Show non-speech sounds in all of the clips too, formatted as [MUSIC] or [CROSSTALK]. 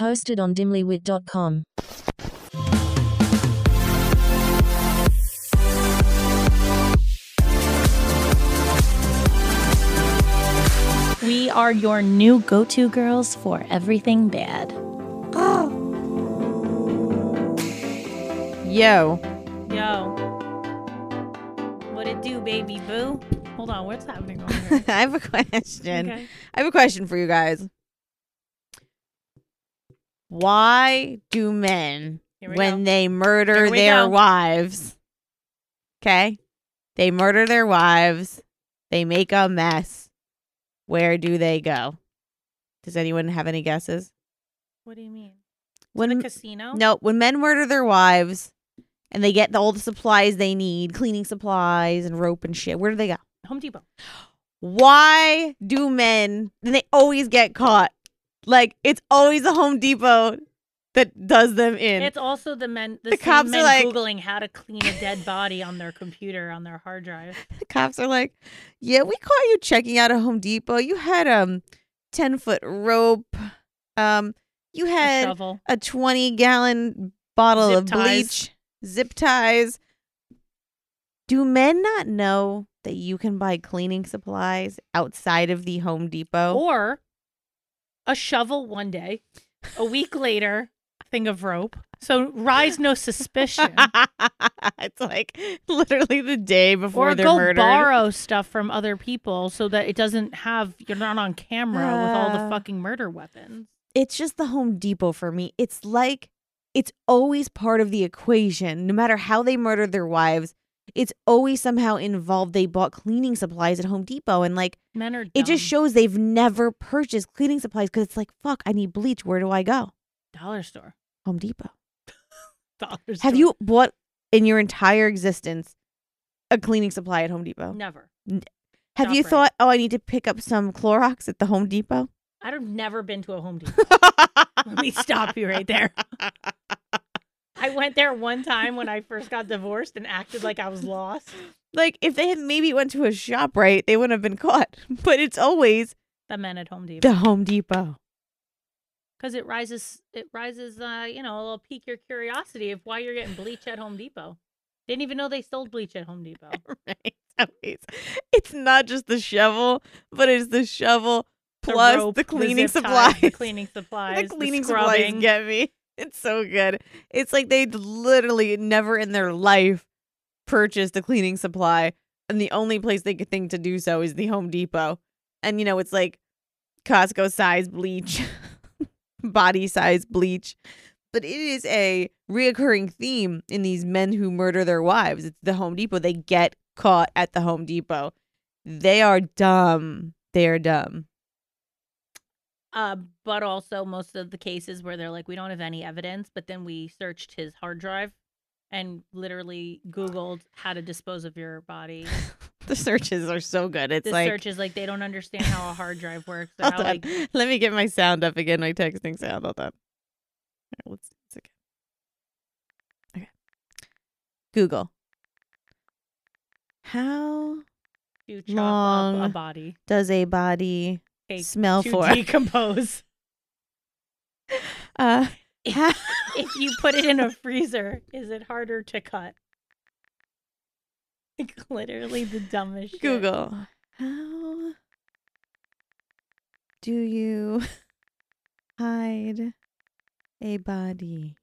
hosted on dimlywit.com. We are your new go to girls for everything bad. [LAUGHS] Yo. [LAUGHS] Yo. What it do, baby boo? Hold on, what's happening over I [LAUGHS] here? have a question. Okay. I have a question for you guys. Why do men, Here we when go. they murder Here we their go. wives, okay? They murder their wives, they make a mess. Where do they go? Does anyone have any guesses? What do you mean? When the casino? No, when men murder their wives and they get the, all the supplies they need, cleaning supplies and rope and shit, where do they go? Home Depot. Why do men, and they always get caught? Like, it's always a Home Depot that does them in. It's also the men, the, The same cops are men like- Googling how to clean a dead body on their computer, on their hard drive. the cops are like, yeah, we caught you checking out a Home Depot. You had um 10 foot rope. Um, You A had shovel. a 20 gallon bottle Zip of ties. bleach, zip ties. Do men not know that you can buy cleaning supplies outside of the Home Depot? Or a shovel one day, a week later, thing of rope. So rise no [LAUGHS] suspicion. [LAUGHS] it's like literally the day before or they're go murdered. borrow stuff from other people so that it doesn't have you're not on camera with all the Uh, fucking murder weapons. it's just the Home Depot for me. It's like it's always part of the equation. No matter how they murdered their wives, it's always somehow involved. They bought cleaning supplies at Home Depot and like Men are dumb. It just shows they've never purchased cleaning supplies because it's like, fuck, I need bleach. Where do I go? dollar store. [LAUGHS] Home Depot. Dollar store. Have you bought in your entire existence a cleaning supply at Home Depot? never? Have you Stop right. thought, oh, I need to pick up some Clorox at the Home Depot? I've never been to a Home [LAUGHS] Depot. Let me stop you right there. I went there one time when I first got divorced and acted like I was lost. Like, if they had maybe went to a shop right, they wouldn't have been caught. [LAUGHS] But it's always The men at Home Depot the Home Depot. [LAUGHS] because it rises, it rises, uh, you know, a little pique your curiosity of why you're getting bleach at Home Depot. Didn't even know they sold bleach at Home Depot. Right? Always. It's not just the shovel, but it's the shovel The plus rope, the cleaning zip ties, supplies. [LAUGHS] the cleaning supplies, the cleaning supplies scrubbing. get me. [LAUGHS] It's so good. It's like they literally never in their life purchased a cleaning supply, and the only place they could think to do so is the Home Depot. And you know, it's like Costco size bleach, [LAUGHS] body size bleach. But it is a reoccurring theme in these men who murder their wives. It's the Home Depot. They get caught at the Home Depot. They are dumb. They are dumb. [LAUGHS] Uh, but also most of the cases where they're like, we don't have any evidence, but then we searched his hard drive and literally Googled how to dispose of your [LAUGHS] body. The searches are so good. It's The like search is like they don't understand how a hard drive works. or [LAUGHS] Hold how, on. like, Let me get my sound up again, my texting sound. Hold on. All right, let's do this again. Okay. Google. How you chop up a Long body, does a body take smell to for? [LAUGHS] decompose. Uh, how- if you put it in a freezer, is it harder to cut? [LAUGHS] Like literally the dumbest [LAUGHS] shit. Google. How do you [LAUGHS] hide a body?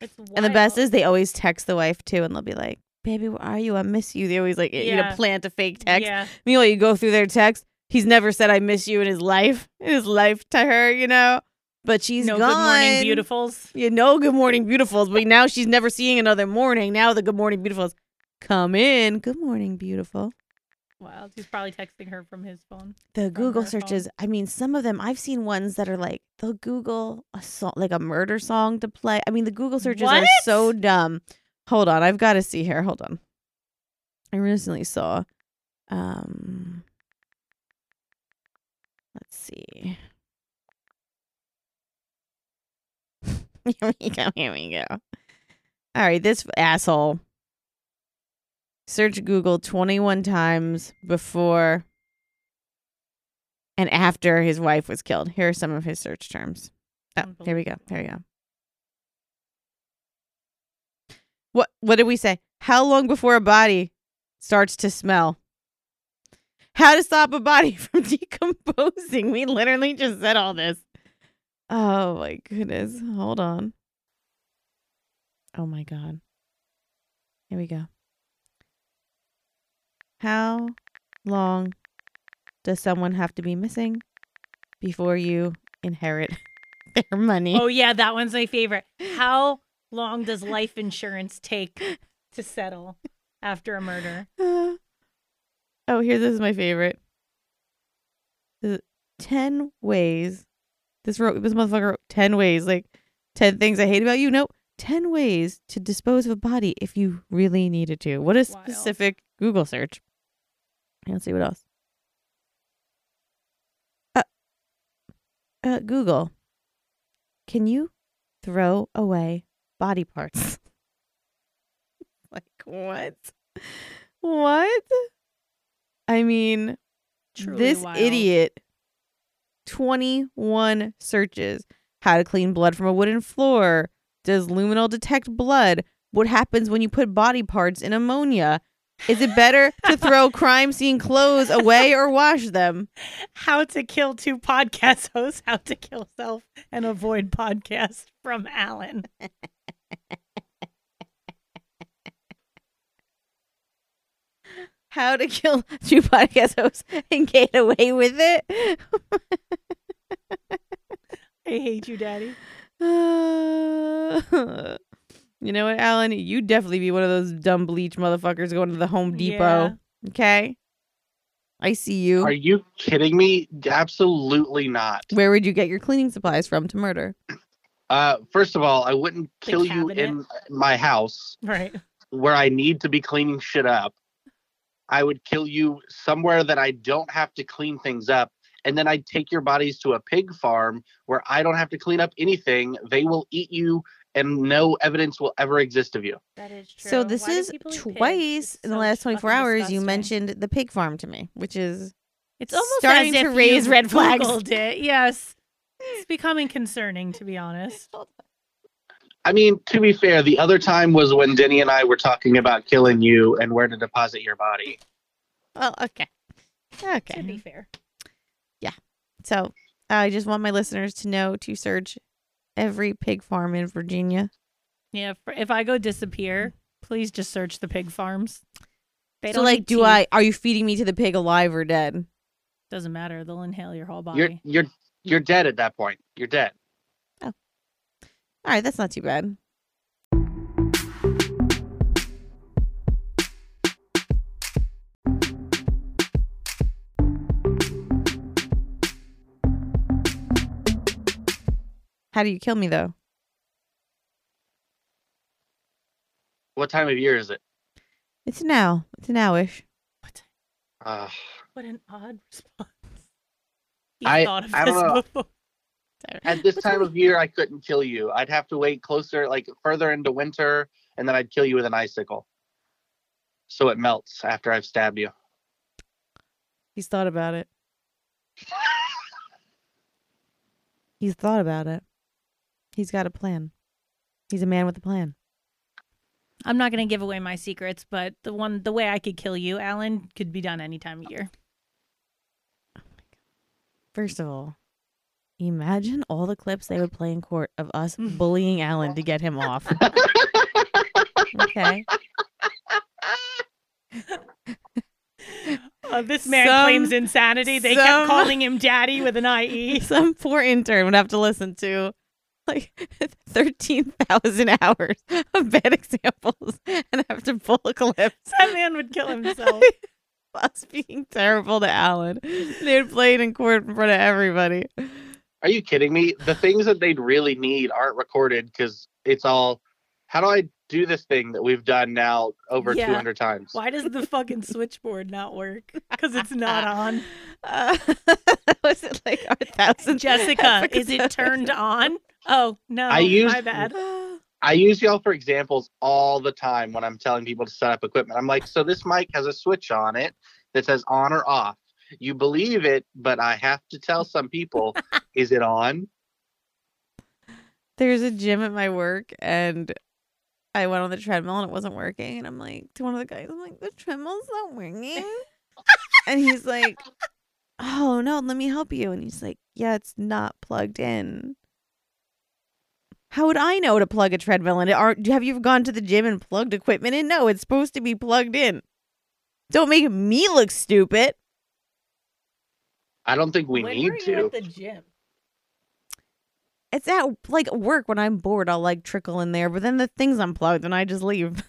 It's wild. And the best is they always text the wife too, and they'll be like, "Baby, where are you? I miss you." They always like e, you know Yeah. plant a fake text. Yeah. Meanwhile, you go through their text. He's never said "I miss you" in his life, [LAUGHS] in his life to her, you know. But she's no gone. good morning, beautifuls. You know, good morning, beautifuls. But now she's never seeing another morning. Now the good morning, beautifuls come in. Good morning, beautiful. Wild. He's probably texting her from his phone. The Google her searches. I mean, some of them I've seen ones that are like they'll Google a song, like a murder song to play. I mean, the Google searches are What? so dumb. Hold on, I've got to see here. Hold on. I recently saw. Um, let's see. here we go. Here we go. All right, this asshole. Search Google 21 times before and after his wife was killed. Here are some of his search terms Oh, there we go. There we go. What what did we say? How long before a body starts to smell? How to stop a body [LAUGHS] from decomposing. We literally just said all this. Oh my goodness. Hold on. Oh my god. Here we go. How long does someone have to be missing before you inherit [LAUGHS] their money? [LAUGHS] Oh yeah, that one's my favorite. How long does life insurance take to settle after a murder? [LAUGHS] Uh, oh, here, this is my favorite. This is 10 ways. This wrote, this motherfucker wrote 10 ways, like 10 things I hate about you. Nope. 10 ways to dispose of a body if you really needed to. What a Wild. specific Google search. Let's see what else. Uh, uh, Google, can you throw away body parts? [LAUGHS] like, what? What? I mean, Truly this wild. idiot 21 searches how to clean blood from a wooden floor does luminol detect blood what happens when you put body parts in ammonia is it better [LAUGHS] to throw crime scene clothes away or wash them How to kill two podcast hosts, how to kill self and avoid podcast from Alan. how to kill [LAUGHS] two podcast hosts and get away with it I hate you, Daddy. [LAUGHS] Uh, you know what alan you definitely be one of those dumb bleach motherfuckers going to the home depot Yeah. okay i see you Are you kidding me? Absolutely not. Where would you get your cleaning supplies from to murder? Uh, first of all, I wouldn't The kill you cabinet? in my house Right. where I need to be cleaning shit up. I would kill you somewhere that I don't have to clean things up. And then I'd take your bodies to a pig farm where I don't have to clean up anything. They will eat you and no evidence will ever exist of you. That is true. So this is twice in the last 24 hours you mentioned the pig farm to me, which is It's almost starting as to if raise you red flags. Googled it. Yes. It's becoming concerning, to be honest. I mean, to be fair, the other time was when Denny and I were talking about killing you and where to deposit your body. well, okay. To be Okay. fair. So, I just want my listeners to know to search every pig farm in Virginia. Yeah. for- If I go disappear, please just search the pig farms. They so don't like need do teeth. I are you feeding me to the pig alive or dead? Doesn't matter. They'll inhale your whole body. You're you're you're dead at that point. You're dead. All right, that's not too bad. How do you kill me though? What time of year is it? It's now. It's nowish. Uh, What an odd response. He [LAUGHS] I- thought of I this don't know. before. at this time of year, I couldn't kill you. I'd have to wait closer, like further into winter, and then I'd kill you with an icicle. So it melts after I've stabbed you. He's thought about it. He's thought about it. He's got a plan. He's a man with a plan. I'm not going to give away my secrets, but the one the way I could kill you, Alan, could be done any time of year. First of all, imagine all the clips they would play in court of [LAUGHS] us bullying Alan to get him off. [LAUGHS] [LAUGHS] okay. [LAUGHS] Uh, this man Some- claims insanity. They some- kept calling him daddy with an E. IE. [LAUGHS] Some poor intern would have to listen to like [LAUGHS] 13,000 hours of bad examples [LAUGHS] and have to pull clips that man would kill [LAUGHS] himself. of [LAUGHS] us being terrible to Alan. They would play it in court in front of everybody. [LAUGHS] Are you kidding me? The [SIGHS] things that they'd really need aren't recorded because it's all. How do I do this thing that we've done now over Yeah. 200 times? Why does the fucking switchboard not work? Because it's [LAUGHS] not on. Uh, was it like our thousand? [LAUGHS] Jessica, is it turned on? Oh no, I used- my bad. [LAUGHS] I use y'all for examples all the time when I'm telling people to set up equipment. I'm like, so this mic has a switch on it that says on or off. [LAUGHS] You believe it, but I have to tell some people, is it on? There's a gym at my work, and I went on the treadmill and it wasn't working. And I'm like to one of the guys, I'm like, the treadmill's not working. and he's like, Oh no, let me help you. And he's like, Yeah, it's not plugged in. How would I know to plug a treadmill in? Are have you gone to the gym and plugged equipment in? No, it's supposed to be plugged in. Don't make me look stupid. I don't think we when need were you to. at the gym? It's at like work when I'm bored, I'll like trickle in there, but then the thing's unplugged and I just leave.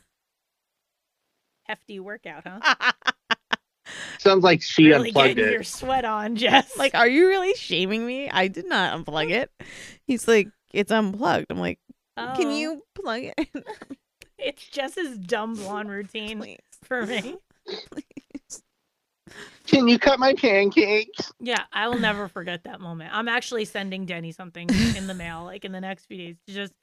Hefty workout, huh? Sounds like [LAUGHS] she really unplugged getting it. your sweat on, Jess. like, are you really shaming me? I did not unplug it. He's like, it's unplugged. I'm like, can Oh, you plug it in, It's Jess's dumb blonde routine please? [LAUGHS] for me. Can you cut [LAUGHS] my pancakes? Yeah, I will never forget that moment. I'm actually sending Denny something in the mail, like in the next few days, to just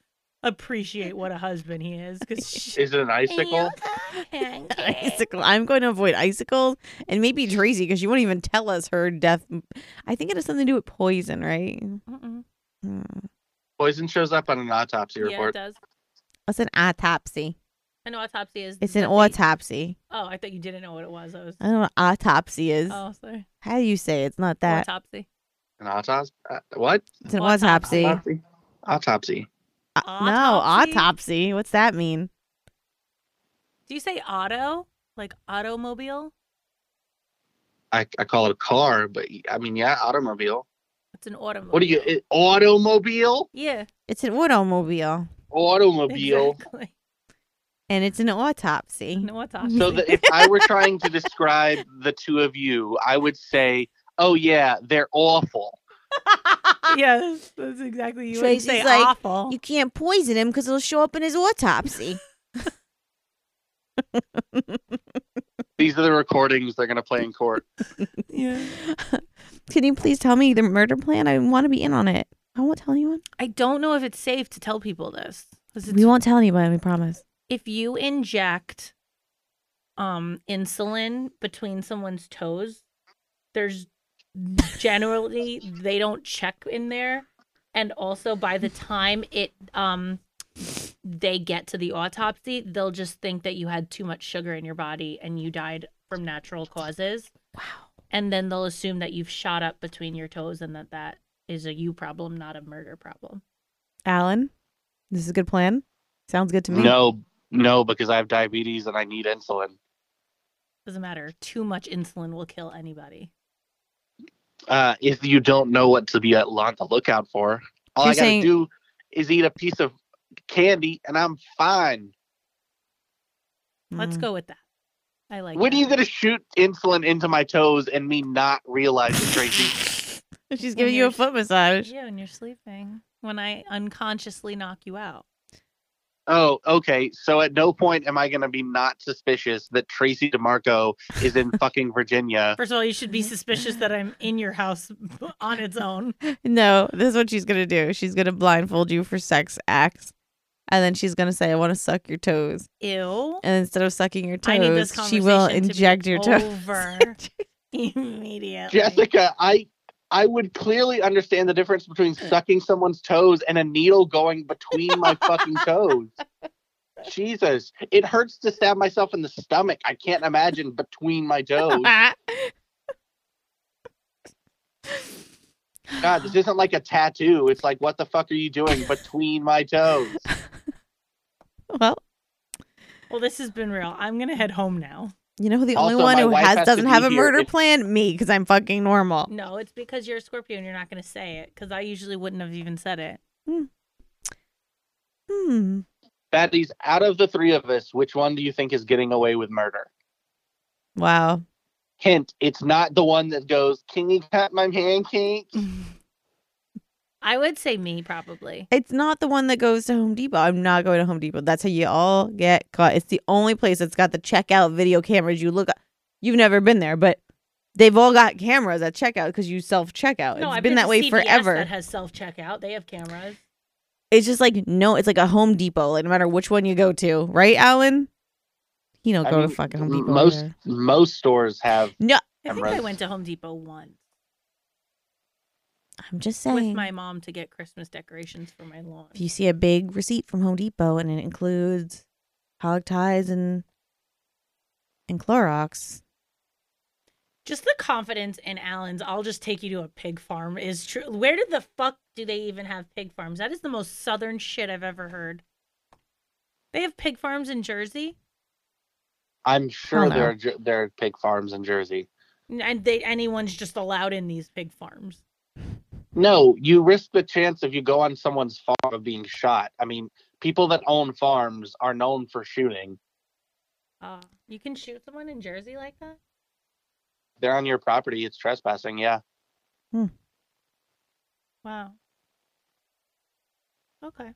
appreciate what a husband he is. [LAUGHS] Because Is it an icicle? [LAUGHS] Icicle. I'm going to avoid icicles and maybe Tracy because she won't even tell us her death. I think it has something to do with poison, right? Hmm. Poison shows up on an autopsy yeah, it report. does. It's an autopsy. An autopsy is. It's an that they- autopsy. Oh, I thought you didn't know what it was. I was. I don't know what autopsy is. Oh, sorry. How do you say it? it's not that? autopsy. An autopsy? Uh, what? It's an autopsy. autopsy. Autopsy. Autopsy. Uh, no, Autopsy? autopsy. What's that mean? Do you say auto? Like automobile? I, I call it a car, but I mean, yeah, automobile. It's an automobile. What do you? It, automobile? Yeah. [LAUGHS] It's an automobile Automobile. Exactly. and it's an [LAUGHS] autopsy. An autopsy. So that if I were trying to describe the two of you, I would say, "Oh yeah, they're awful." yes, that's exactly you. would Tracy's say like, awful. You can't poison him because it'll show up in his autopsy. These are the recordings they're gonna play in court. yeah. [LAUGHS] Can you please tell me the murder plan? I want to be in on it. I won't tell anyone. I don't know if it's safe to tell people this. 'cause it's- We won't tell anyone. We promise. if you inject um insulin between someone's toes, there's generally they don't check in there. And also by the time it um they get to the autopsy, they'll just think that you had too much sugar in your body and you died from natural causes. Wow. And then they'll assume that you've shot up between your toes and that that is a you problem, not a murder problem. Alan, this is a good plan. Sounds good to me. No, no, because I have diabetes and I need insulin. Doesn't matter. Too much insulin will kill anybody. Uh, if you don't know what to be at- on the lookout for, all You're I gotta saying- do is eat a piece of candy and I'm fine. Let's Mm. go with that. I like. When are that. you gonna shoot insulin into my toes and me not realize it, [LAUGHS] [LAUGHS] Tracy? She's giving giving you you you're- a a foot massage. Yeah, when you're sleeping. When I unconsciously knock you out. Oh, okay. So at no point am I gonna be not suspicious that Tracy DeMarco is in fucking Virginia. First of all, you should be Mm-hmm. suspicious that I'm in your house [LAUGHS] on its own. No, this is what she's gonna do. She's gonna blindfold you for sex acts, and then she's gonna say, "I want to suck your toes." Ew. And instead of sucking your toes, I need this she conversation will to be inject your toes. over [LAUGHS] immediately. Jessica, I I would clearly understand the difference between sucking someone's toes and a needle going between my fucking toes. Jesus, it hurts to stab myself in the stomach. I can't imagine between my toes. God, this isn't like a tattoo. It's like, what the fuck are you doing between my toes? [LAUGHS] well, Well, this has been real. I'm gonna head home now. you know who the only Also, one my who wife has, has to doesn't be have a here murder if- plan? Me, because I'm fucking normal. No, it's because you're a Scorpio and you're not gonna say it. Because I usually wouldn't have even said it. Hmm. Baddies, out of the three of us, which one do you think is getting away with murder? Wow. Hint, it's not the one that goes, Can you cut my pancakes? I would say me probably. It's not the one that goes to Home Depot. I'm not going to Home Depot. That's how you all get caught. It's the only place that's got the checkout video cameras. You look, you've never been there, but they've all got cameras at checkout because you self checkout. no, it's I've been that to way CVS forever. That has self checkout. They have cameras. it's just like no, it's like a Home Depot. Like no matter which one you go to, right, Alan? You don't I go to mean, fucking Home m- Depot. most either. most stores have I think I Cameras. went to Home Depot once. I'm just with saying. my mom to get Christmas decorations for my lawn. if you see a big receipt from Home Depot and it includes hog ties and and Clorox, Just the confidence in Alan's, I'll just take you to a pig farm is true. Where did the fuck do they even have pig farms? That is the most southern shit I've ever heard. They have pig farms in Jersey, I'm sure Hell no. there are Jer- there are pig farms in Jersey. N- and they anyone's just allowed in these pig farms. No, you risk the chance if you go on someone's farm of being shot. I mean, people that own farms are known for shooting. Uh, you can shoot someone in Jersey like that? They're on your property. It's trespassing. Yeah. [SIGHS] Wow. Okay.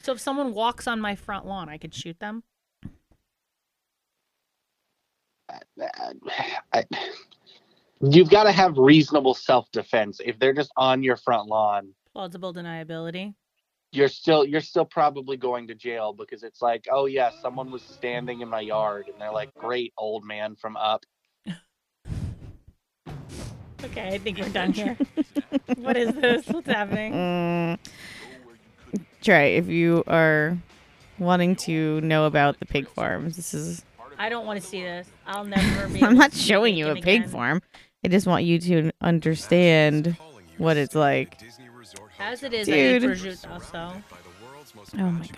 So if someone walks on my front lawn, I could shoot them. I, [SIGHS] you've got to have reasonable self defense. If they're just on your front lawn, Plausible deniability. you're still you're still probably going to jail because it's like, oh yeah, someone was standing in my yard, and they're like, great old man from up. Okay, I think we're done [LAUGHS] here. what is this? What's happening? Mm. Try if you are wanting to know about the pig farms. This is I don't want to see this. I'll never be. [LAUGHS] I'm able not to see showing you a bacon pig again. farm. I just want you to understand what it's like. As it is, Dude. I eat prosciutto, so Oh my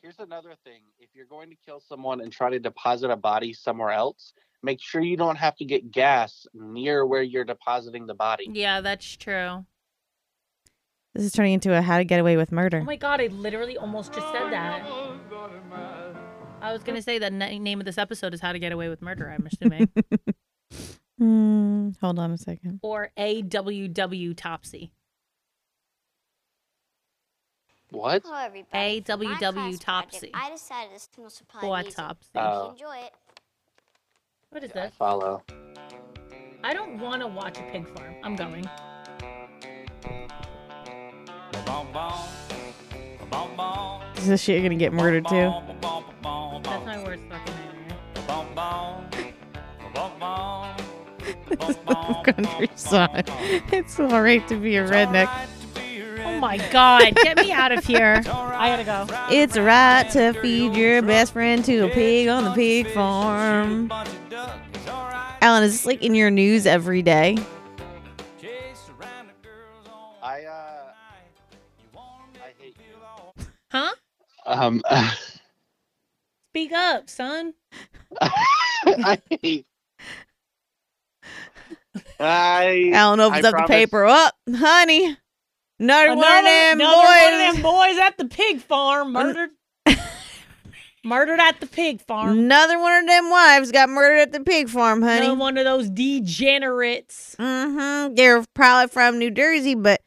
Here's another thing: if you're going to kill someone and try to deposit a body somewhere else, make sure you don't have to get gas near where you're depositing the body. yeah, that's true. This is turning into a how to get away with Oh murder. my god, I literally almost just said that. I was gonna say the na- name of this episode is "How to Get Away with Murder." I'm [LAUGHS] assuming, Hmm, hold on a second. or AWW Topsy. What? Oh, Hello, everybody. For my AWW class project, Topsy. I decided this will supply What music. Topsy? Uh, Hope Oh. you enjoy it. What is I this? follow. I don't want to watch a pig farm. I'm going. Is this shit gonna get murdered too? [LAUGHS] That's my worst fucking nightmare. Country song. [LAUGHS] It's all right to be a redneck. Oh [LAUGHS] my god, get me out of here. I gotta go. It's a right to feed your best friend to a pig on the pig farm. Alan, is this like in your news every day? I uh, I hate you. Huh? Um, [LAUGHS] Speak up, son. I [LAUGHS] hate. I. Alan opens I up promise- the paper. Up, honey. Another, one of them another one of boys. them boys at the pig farm [LAUGHS] murdered. murdered at the pig farm. Another one of them wives got murdered at the pig farm, honey. Another one of those degenerates. Mm-hmm. They're probably from New Jersey, but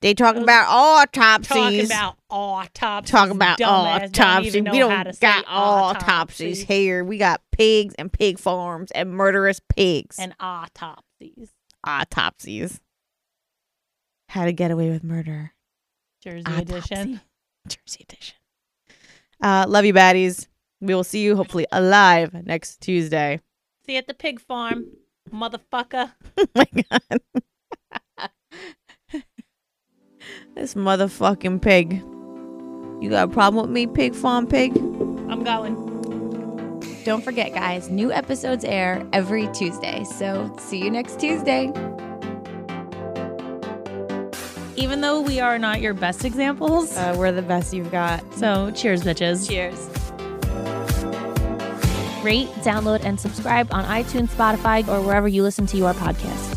they talking Those- about autopsies. Talking about autopsies. Talk about dumbass. Don't autopsies. even know We don't how to say got autopsies autopsies here. We got pigs and pig farms and murderous pigs. and autopsies. autopsies. How to get away with murder. Jersey Autopsy. [LAUGHS] edition. Jersey edition. Uh, love you, baddies. We will see you hopefully alive next Tuesday. [LAUGHS] See you at the pig farm, motherfucker. oh my god. [LAUGHS] this motherfucking pig. You got a problem with me, pig farm pig? I'm going. Don't forget, guys, new episodes air every Tuesday. So see you next Tuesday. even though we are not your best examples. Uh, we're the best you've got. so cheers, bitches. Cheers. Rate, download, and subscribe on iTunes, Spotify, or wherever you listen to your podcast.